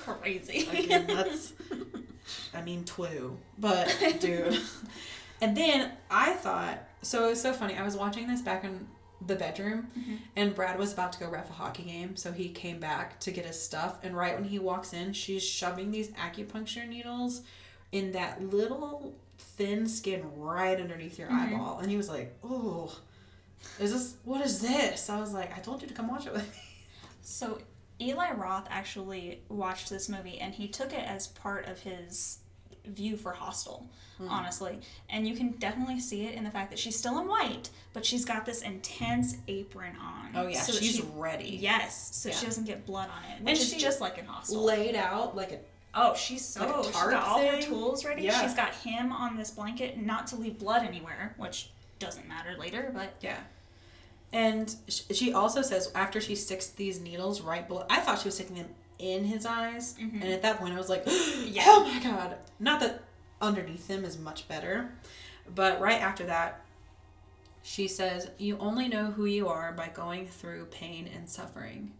S2: crazy
S1: Again, that's, I mean, two, but dude. And then I thought, so it was so funny. I was watching this back in the bedroom and Brad was about to go ref a hockey game, so he came back to get his stuff and right when he walks in, she's shoving these acupuncture needles in that little thin skin right underneath your eyeball and he was like, "Oh, is this what is this?" I was like, "I told you to come watch it with me."
S2: So Eli Roth actually watched this movie and he took it as part of his view for Hostel,
S1: Mm-hmm.
S2: honestly. And you can definitely see it in the fact that she's still in white, but she's got this intense apron on.
S1: Oh yeah,
S2: so that
S1: she's
S2: she,
S1: ready.
S2: yes, so
S1: Yeah.
S2: she doesn't get blood on it, which is
S1: she-
S2: just like in Hostel.
S1: Laid out like a
S2: oh, she's so
S1: like a
S2: she's
S1: tarp
S2: got all her
S1: thing.
S2: tools ready.
S1: Yeah.
S2: She's got him on this blanket, not to leave blood anywhere, which doesn't matter later, but
S1: Yeah. And sh- she also says after she sticks these needles right below, I thought she was sticking them in his eyes, and at that point I was like, "Oh my god!" Not that underneath them is much better, but right after that, she says, "You only know who you are by going through pain and suffering."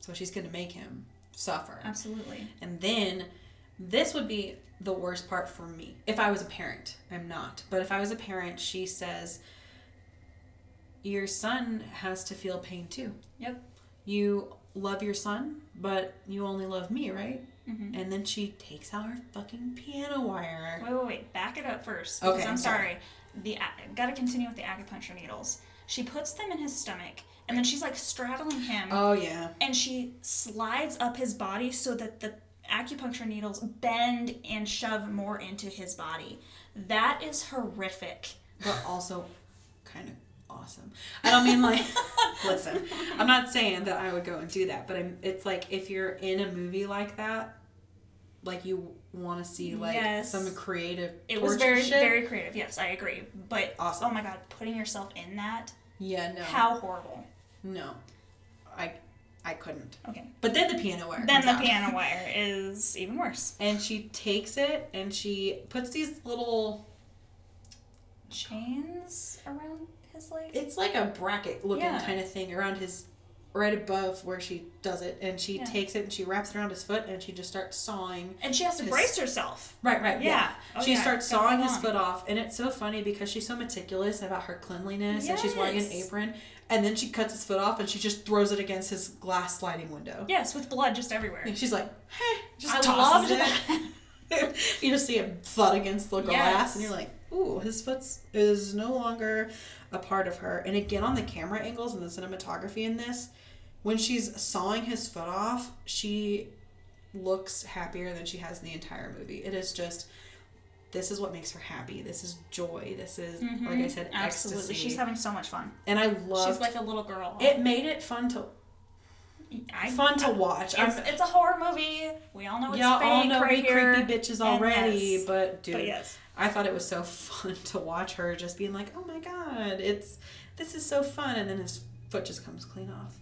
S1: So she's going to make him suffer.
S2: absolutely.
S1: And then this would be the worst part for me. If I was a parent, I'm not. But if I was a parent, she says, Your son has to feel pain too.
S2: Yep.
S1: You love your son, but you only love me, right? And then she takes out her fucking piano wire.
S2: Wait, wait, wait. Back it up first.
S1: Okay,
S2: Because I'm
S1: I'm sorry.
S2: sorry. The ac- gotta continue with the acupuncture needles. She puts them in his stomach, and then she's like straddling him,
S1: Oh, yeah.
S2: and she slides up his body so that the acupuncture needles bend and shove more into his body. That is horrific.
S1: but also kind of awesome. I don't mean like listen. I'm not saying that I would go and do that, but I'm, it's like if you're in a movie like that, like you want to see like
S2: Yes.
S1: some creative.
S2: It was
S1: torture
S2: very,
S1: shit.
S2: very creative. Yes, I agree. But
S1: Awesome.
S2: oh my god, putting yourself in that,
S1: Yeah. No.
S2: how horrible.
S1: No. I. I couldn't.
S2: Okay.
S1: But then the piano wire.
S2: Then
S1: comes
S2: the
S1: out.
S2: piano wire is even worse.
S1: And she takes it and she puts these little.
S2: Chains around his leg.
S1: It's like a bracket looking
S2: Yeah.
S1: kind of thing around his. Right above where she does it, and she
S2: Yeah.
S1: takes it and she wraps it around his foot and she just starts sawing
S2: And she has to
S1: His-
S2: brace herself.
S1: Right, right, yeah.
S2: Yeah. Oh,
S1: she
S2: yeah,
S1: starts
S2: it's gotta
S1: sawing
S2: go
S1: his
S2: on.
S1: foot off, and it's so funny because she's so meticulous about her cleanliness, and she's wearing an
S2: Yes.
S1: apron, and then she cuts his foot off, and she just throws it against his glass sliding window.
S2: Yes, with blood just everywhere.
S1: And she's like, "Heh," just
S2: I loved
S1: tosses
S2: that.
S1: it. you just see him thud against the glass,
S2: Yes.
S1: and you're like, "Ooh, his foot is no longer a part of her." And again, on the camera angles and the cinematography in this, when she's sawing his foot off, she looks happier than she has in the entire movie. It is just this is what makes her happy. This is joy. This is like I said,
S2: Mm-hmm. Absolutely.
S1: ecstasy.
S2: She's having so much fun.
S1: and I love
S2: She's like a little girl.
S1: it. Made it fun to
S2: I,
S1: fun to watch. I'm-
S2: it's, it's a horror movie. We all know it's
S1: Y'all
S2: fake
S1: all know
S2: right
S1: we
S2: here.
S1: creepy bitches
S2: And
S1: already,
S2: yes.
S1: but dude,
S2: But yes.
S1: I thought it was so fun to watch her just being like, "Oh my god, it's this is so fun," and then his foot just comes clean off.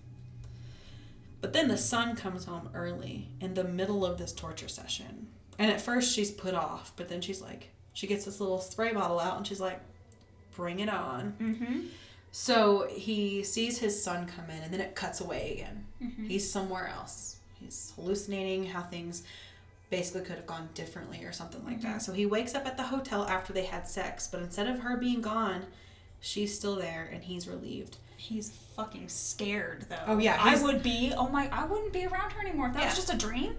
S1: But then the son comes home early in the middle of this torture session, and at first she's put off, but then she's like, she gets this little spray bottle out and she's like, "Bring it on."
S2: Mm-hmm.
S1: So he sees his son come in, and then it cuts away again.
S2: Mm-hmm.
S1: He's somewhere else. He's hallucinating how things basically could have gone differently or something like
S2: Mm-hmm.
S1: that. So he wakes up at the hotel after they had sex, but instead of her being gone, she's still there and he's relieved.
S2: He's fucking scared though.
S1: Oh, yeah,
S2: I
S1: he's-
S2: would be. Oh my! I wouldn't be around her anymore if that was
S1: Yeah.
S2: just a dream.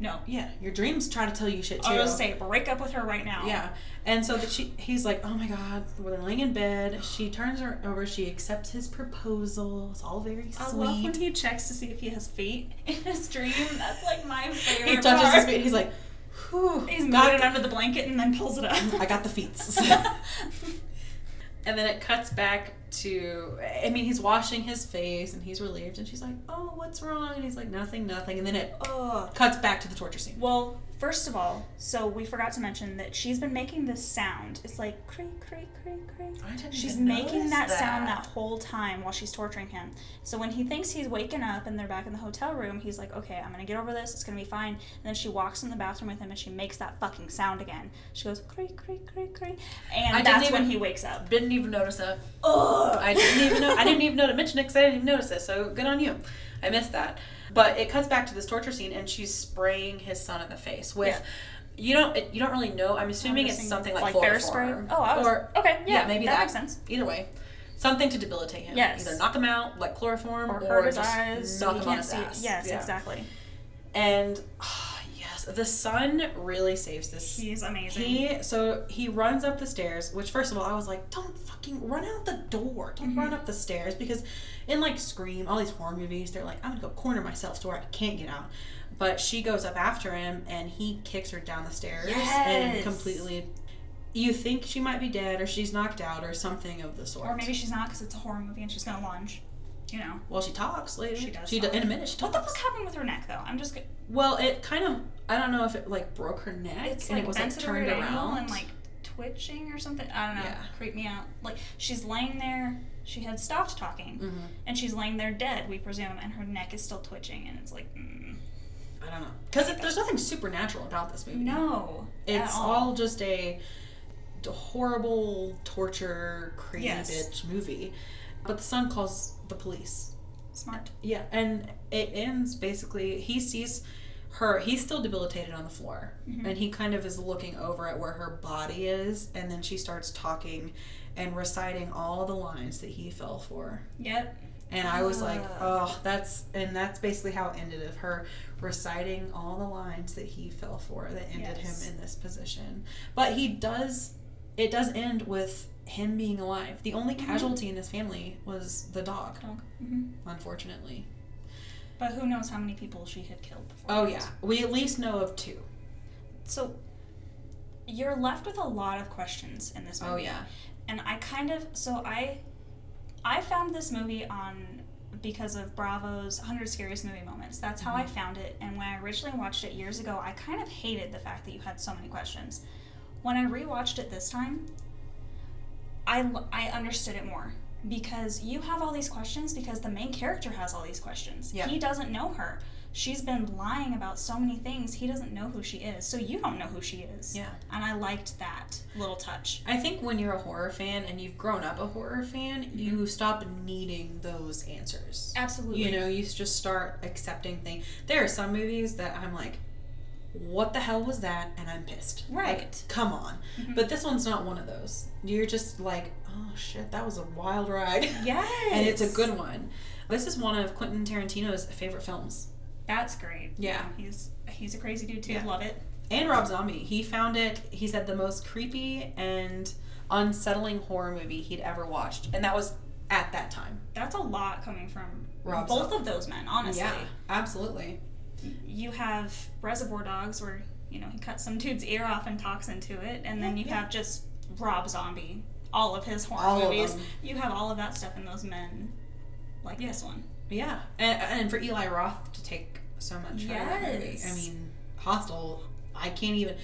S2: No.
S1: Yeah, your dreams try to tell you shit too.
S2: I'll just say break up with her right now.
S1: Yeah. And so that she he's like, Oh my god, when they're laying in bed, she turns her over, she accepts his proposal. It's all very sweet.
S2: I love when he checks to see if he has feet in his dream. That's like my favorite.
S1: he touches
S2: part.
S1: his feet, he's like, Whew,
S2: He's
S1: got
S2: moving it under the blanket and then pulls it up.
S1: I got the feats. and then it cuts back to I mean he's washing his face and he's relieved and she's like, "Oh, what's wrong?" and he's like, "Nothing, nothing." And then it
S2: Ugh.
S1: cuts back to the torture scene.
S2: Oh. Well, first of all, so we forgot to mention that she's been making this sound. It's like creak, creak, creak, creak.
S1: I didn't
S2: She's
S1: even
S2: making
S1: notice
S2: that, sound
S1: that.
S2: that whole time while she's torturing him. So when he thinks he's waking up and they're back in the hotel room, he's like, okay, I'm gonna get over this. It's gonna be fine. And then she walks in the bathroom with him and she makes that fucking sound again. She goes creak, creak, creak, creak. And
S1: I didn't
S2: that's
S1: even-
S2: when he wakes up.
S1: Didn't even notice that.
S2: Ugh.
S1: I didn't even know. I didn't even know to mention it because I didn't even notice it. So good on you. I missed that. But it cuts back to this torture scene, and she's spraying his son in the face with.
S2: Yeah.
S1: You don't. It, you don't really know. I'm assuming it's
S2: guessing
S1: something like,
S2: like bear spray.
S1: chloroform.
S2: Oh, I was
S1: Or-
S2: okay. Yeah,
S1: yeah, maybe
S2: that
S1: that.
S2: makes sense.
S1: Either way. something to debilitate him.
S2: Yes.
S1: Either knock him out, like chloroform,
S2: Or
S1: or,
S2: hurt his
S1: just
S2: eyes.
S1: knock
S2: you
S1: him on
S2: can't
S1: his
S2: see it.
S1: ass.
S2: Yes,
S1: Yeah.
S2: exactly.
S1: And ah, yes, the sun really saves this.
S2: He's amazing.
S1: He so he runs up the stairs, which first of all I was like, don't fucking run out the door,
S2: Mm-hmm.
S1: don't run up the stairs because in like Scream, all these horror movies, they're like, I'm gonna go corner myself to where I can't get out. But she goes up after him and he kicks her down the stairs
S2: Yes.
S1: and completely. You think she might be dead or she's knocked out or something of the sort.
S2: or maybe she's not because it's a horror movie and she's gonna lunge. You know.
S1: well, she talks later.
S2: She does
S1: She
S2: talk.
S1: in a minute. She
S2: What
S1: talks.
S2: the fuck happened with her neck though? I'm just. g-
S1: Well, it kind of. I don't know if it like broke her neck
S2: It's
S1: and
S2: like
S1: it was like
S2: bent at a weird
S1: turned
S2: angle
S1: around
S2: and like twitching or something. I don't know.
S1: Yeah.
S2: Creep me out. Like she's laying there. She had stopped talking, and she's laying there dead, we presume, and her neck is still twitching, and it's like, mm,
S1: I don't know. Because there's nothing supernatural about this movie.
S2: no, at
S1: It's all. just a d- horrible torture, crazy
S2: Yes.
S1: bitch movie. But the son calls the police.
S2: smart.
S1: Yeah, and it ends basically. He sees her. He's still debilitated on the floor, and he kind of is looking over at where her body is, and then she starts talking and reciting all the lines that he fell for.
S2: Yep.
S1: And I was like,
S2: Ah.
S1: oh, that's and that's basically how it ended of her reciting all the lines that he fell for that ended
S2: Yes.
S1: him in this position. But he does it does end with him being alive. The only
S2: Mm-hmm.
S1: casualty in his family was the dog,
S2: Dog. hmm
S1: unfortunately.
S2: But who knows how many people she had killed before?
S1: Oh
S2: that.
S1: yeah. We at least know of two.
S2: So you're left with a lot of questions in this movie.
S1: Oh yeah.
S2: and I kind of so I I found this movie on because of Bravo's 100 Scariest Movie Moments. That's how
S1: Mm-hmm.
S2: I found it and when I originally watched it years ago, I kind of hated the fact that you had so many questions. When I rewatched it this time, I l- I understood it more because you have all these questions because the main character has all these questions.
S1: Yeah.
S2: He doesn't know her. She's been lying about so many things. He doesn't know who she is. So you don't know who she is.
S1: Yeah.
S2: And I liked that little touch.
S1: I think when you're a horror fan and you've grown up a horror fan,
S2: Mm-hmm.
S1: you stop needing those answers.
S2: Absolutely.
S1: you know you just start accepting things there are some movies that i'm like what the hell was that and i'm pissed Like,
S2: Right.
S1: come on
S2: Mm-hmm.
S1: but this one's not one of those you're just like oh shit that was a wild ride
S2: Yes.
S1: and it's a good one this is one of quentin tarantino's favorite films
S2: That's great.
S1: Yeah.
S2: He's he's a crazy dude too.
S1: Yeah.
S2: Love it.
S1: and rob zombie he found it he said the most creepy and unsettling horror movie he'd ever watched and that was at that time
S2: That's a lot coming from
S1: Rob
S2: both of those men, honestly.
S1: absolutely
S2: You have Reservoir Dogs where, you know, he cuts some dude's ear off and talks into it, and then you
S1: Yeah.
S2: have just Rob Zombie, all of his horror
S1: All of
S2: movies.
S1: them.
S2: You have all of that stuff in those men like
S1: Yeah.
S2: this one.
S1: Yeah, and, and for Eli Roth to take so much from that movie. I
S2: Yes.
S1: mean, Hostel. I can't even.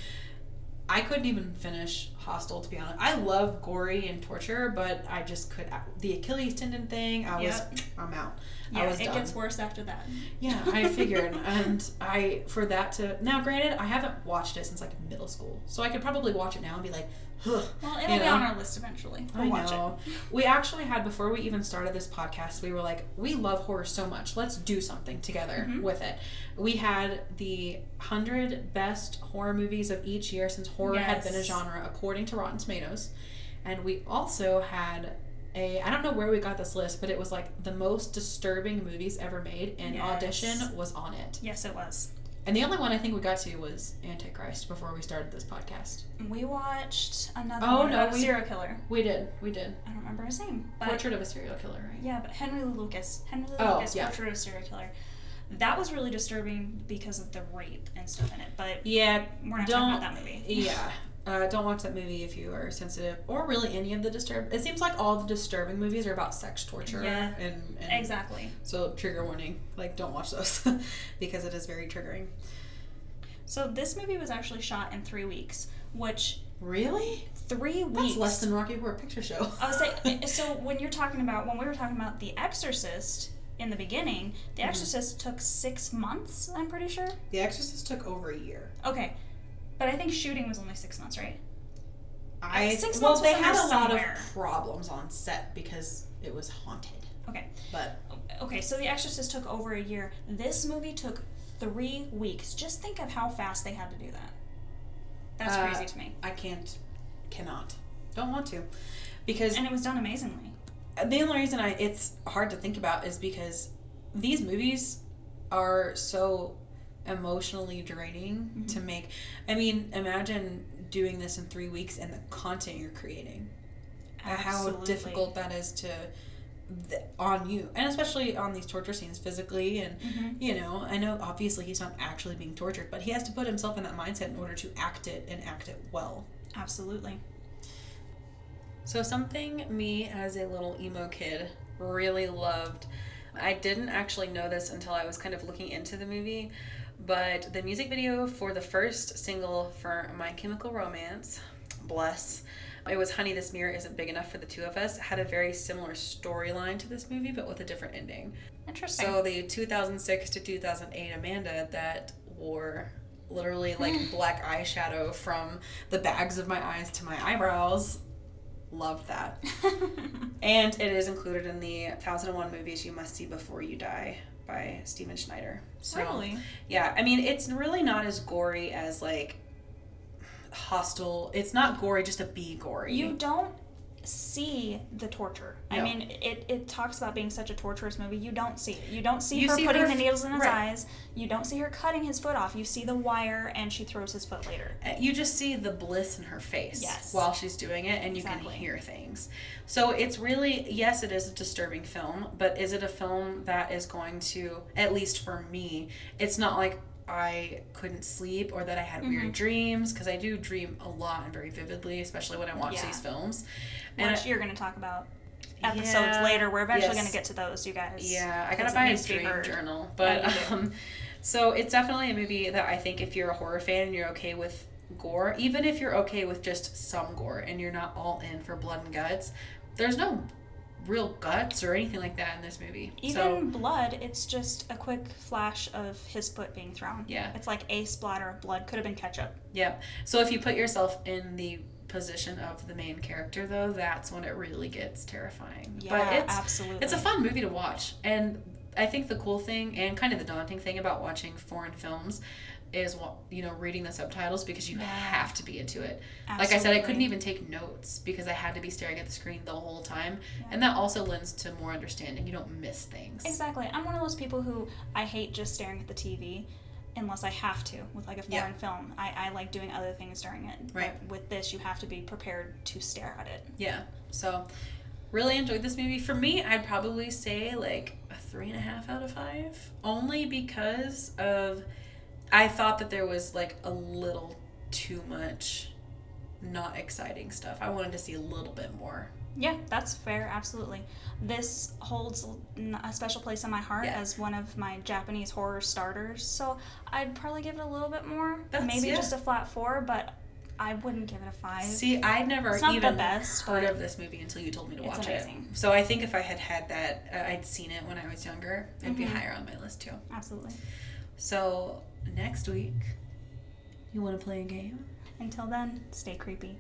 S1: I couldn't even finish Hostel to be honest. I love gory and torture, but I just could. The Achilles tendon thing. I was.
S2: Yep.
S1: I'm out.
S2: Yeah,
S1: I was
S2: it
S1: done.
S2: gets worse after that.
S1: yeah, I figured, and I for that to now. Granted, I haven't watched it since like middle school, so I could probably watch it now and be like, huh.
S2: Well, it'll
S1: You
S2: be
S1: know?
S2: on our list eventually. We'll
S1: I
S2: watch
S1: know. We actually had before we even started this podcast, we were like, we love horror so much. Let's do something together
S2: Mm-hmm.
S1: with it. We had the hundred best horror movies of each year since horror had been a
S2: Yes.
S1: genre, according to Rotten Tomatoes, and we also had. A, I don't know where we got this list, but it was like the most disturbing movies ever made, and
S2: Yes.
S1: Audition was on it.
S2: it. Yes, it was.
S1: And the only one I think we got to was Antichrist before we started this podcast.
S2: We watched another
S1: Oh,
S2: one
S1: no,
S2: about a
S1: we-
S2: serial killer.
S1: We did, we did.
S2: I don't remember his name. But
S1: Portrait of a Serial Killer, right?
S2: Yeah, but Henry Lee Lucas, Henry Lee
S1: Oh,
S2: Lucas,
S1: yeah.
S2: Portrait of a Serial Killer. That was really disturbing because of the rape and stuff in it. But
S1: Yeah,
S2: we're not talking
S1: Don't-
S2: about that movie.
S1: Yeah. Uh, don't watch that movie if you are sensitive, or really any of the disturb. It seems like all the disturbing movies are about sex torture.
S2: Yeah.
S1: And, and
S2: Exactly.
S1: So trigger warning, like don't watch those because it is very triggering.
S2: So this movie was actually shot in three weeks, which
S1: Really?
S2: three
S1: That's
S2: weeks.
S1: less than Rocky Horror Picture Show.
S2: I was like, so when you're talking about when we were talking about The Exorcist in the beginning, The
S1: Mm-hmm.
S2: Exorcist took six months. I'm pretty sure.
S1: The Exorcist took over a year.
S2: Okay, but I think shooting was only six months, right?
S1: I
S2: Six
S1: well,
S2: months
S1: they
S2: was in
S1: had
S2: there
S1: a lot of
S2: somewhere.
S1: problems on set because it was haunted.
S2: Okay.
S1: But
S2: Okay, so The Exorcist took over a year. This movie took three weeks. Just think of how fast they had to do that. That's
S1: Uh,
S2: crazy to me.
S1: I can't, cannot, don't want to, because
S2: And it was done amazingly.
S1: the only reason I it's hard to think about is because these movies are so emotionally draining to make. I mean, imagine doing this in three weeks and the content you're creating. Uh, How
S2: Absolutely.
S1: difficult that is to th- on you, and especially on these torture scenes physically and
S2: Mhm.
S1: you know i know obviously he's not actually being tortured but he has to put himself in that mindset in order to act it and act it well
S2: Absolutely.
S1: so something me as a little emo kid really loved i didn't actually know this until i was kind of looking into the movie but the music video for the first single for my chemical romance bless it was honey this mirror isn't big enough for the two of us had a very similar storyline to this movie but with a different ending
S2: Interesting.
S1: So the 2006 to 2008 Amanda that wore literally like black eyeshadow from the bags of my eyes to my eyebrows. Loved that. And it is included in the 1001 movies you must see before you die by Steven Schneider. So,
S2: really?
S1: Yeah, I mean it's really not as gory as like hostile. It's not gory just to be gory.
S2: You don't see the torture. I
S1: No.
S2: mean, it, it talks about being such a torturous movie. You don't see it. You don't see
S1: You
S2: her
S1: see
S2: putting
S1: her
S2: the
S1: f-
S2: needles in his
S1: right.
S2: eyes. You don't see her cutting his foot off. You see the wire and she throws his foot later.
S1: Uh, you just see the bliss in her face
S2: Yes.
S1: while she's doing it and you
S2: Exactly.
S1: can hear things so it's really yes it is a disturbing film but is it a film that is going to at least for me it's not like i couldn't sleep or that i had
S2: Mm-hmm.
S1: weird dreams because i do dream a lot and very vividly especially when i watch
S2: Yeah.
S1: these films and
S2: Which
S1: I-
S2: you're going to talk about episodes later. We're eventually going to get to those, you guys.
S1: yeah, I gotta
S2: because it
S1: buy a
S2: needs to be
S1: dream
S2: heard.
S1: journal. But
S2: Yeah, you do.
S1: um, so it's definitely a movie that I think if you're a horror fan and you're okay with gore, even if you're okay with just some gore and you're not all in for blood and guts, there's no real guts or anything like that in this movie.
S2: Even
S1: so
S2: blood, it's just a quick flash of his foot being thrown.
S1: Yeah.
S2: It's like a splatter of blood. Could have been ketchup.
S1: Yep. So if you put yourself in the position of the main character though, that's when it really gets terrifying.
S2: Yeah,
S1: but it's
S2: absolutely.
S1: it's a fun movie to watch. And I think the cool thing and kind of the daunting thing about watching foreign films is wa- you know reading the subtitles because you
S2: Yeah.
S1: have to be into it. Like I said I couldn't
S2: Absolutely.
S1: even take notes because I had to be staring at the screen the whole time.
S2: Yeah.
S1: And that also lends to more understanding. You don't miss things.
S2: Exactly. I'm one of those people who I hate just staring at the TV unless I have to with like a
S1: Yeah.
S2: foreign film. I, I like doing other things during it.
S1: Right.
S2: But with this, you have to be prepared to stare at it.
S1: Yeah. So really enjoyed this movie. For me, I'd probably say like a three and a half out of five. Only because of I thought that there was like a little too much not exciting stuff. I wanted to see a little bit more.
S2: Yeah, that's fair. Absolutely. This holds n- a special place in my heart
S1: Yeah.
S2: as one of my Japanese horror starters. So I'd probably give it a little bit more.
S1: That's-
S2: Maybe
S1: yeah.
S2: just a flat four, but I wouldn't give it a five.
S1: See, I never
S2: It's not the
S1: even
S2: best,
S1: heard
S2: but-
S1: of this movie until you told me to
S2: It's
S1: watch
S2: amazing.
S1: it. So I think if I had had that, uh, I'd seen it when I was younger, it'd be
S2: Mhm.
S1: higher on my list too.
S2: Absolutely.
S1: So next week, you want to play a game?
S2: Until then, stay creepy.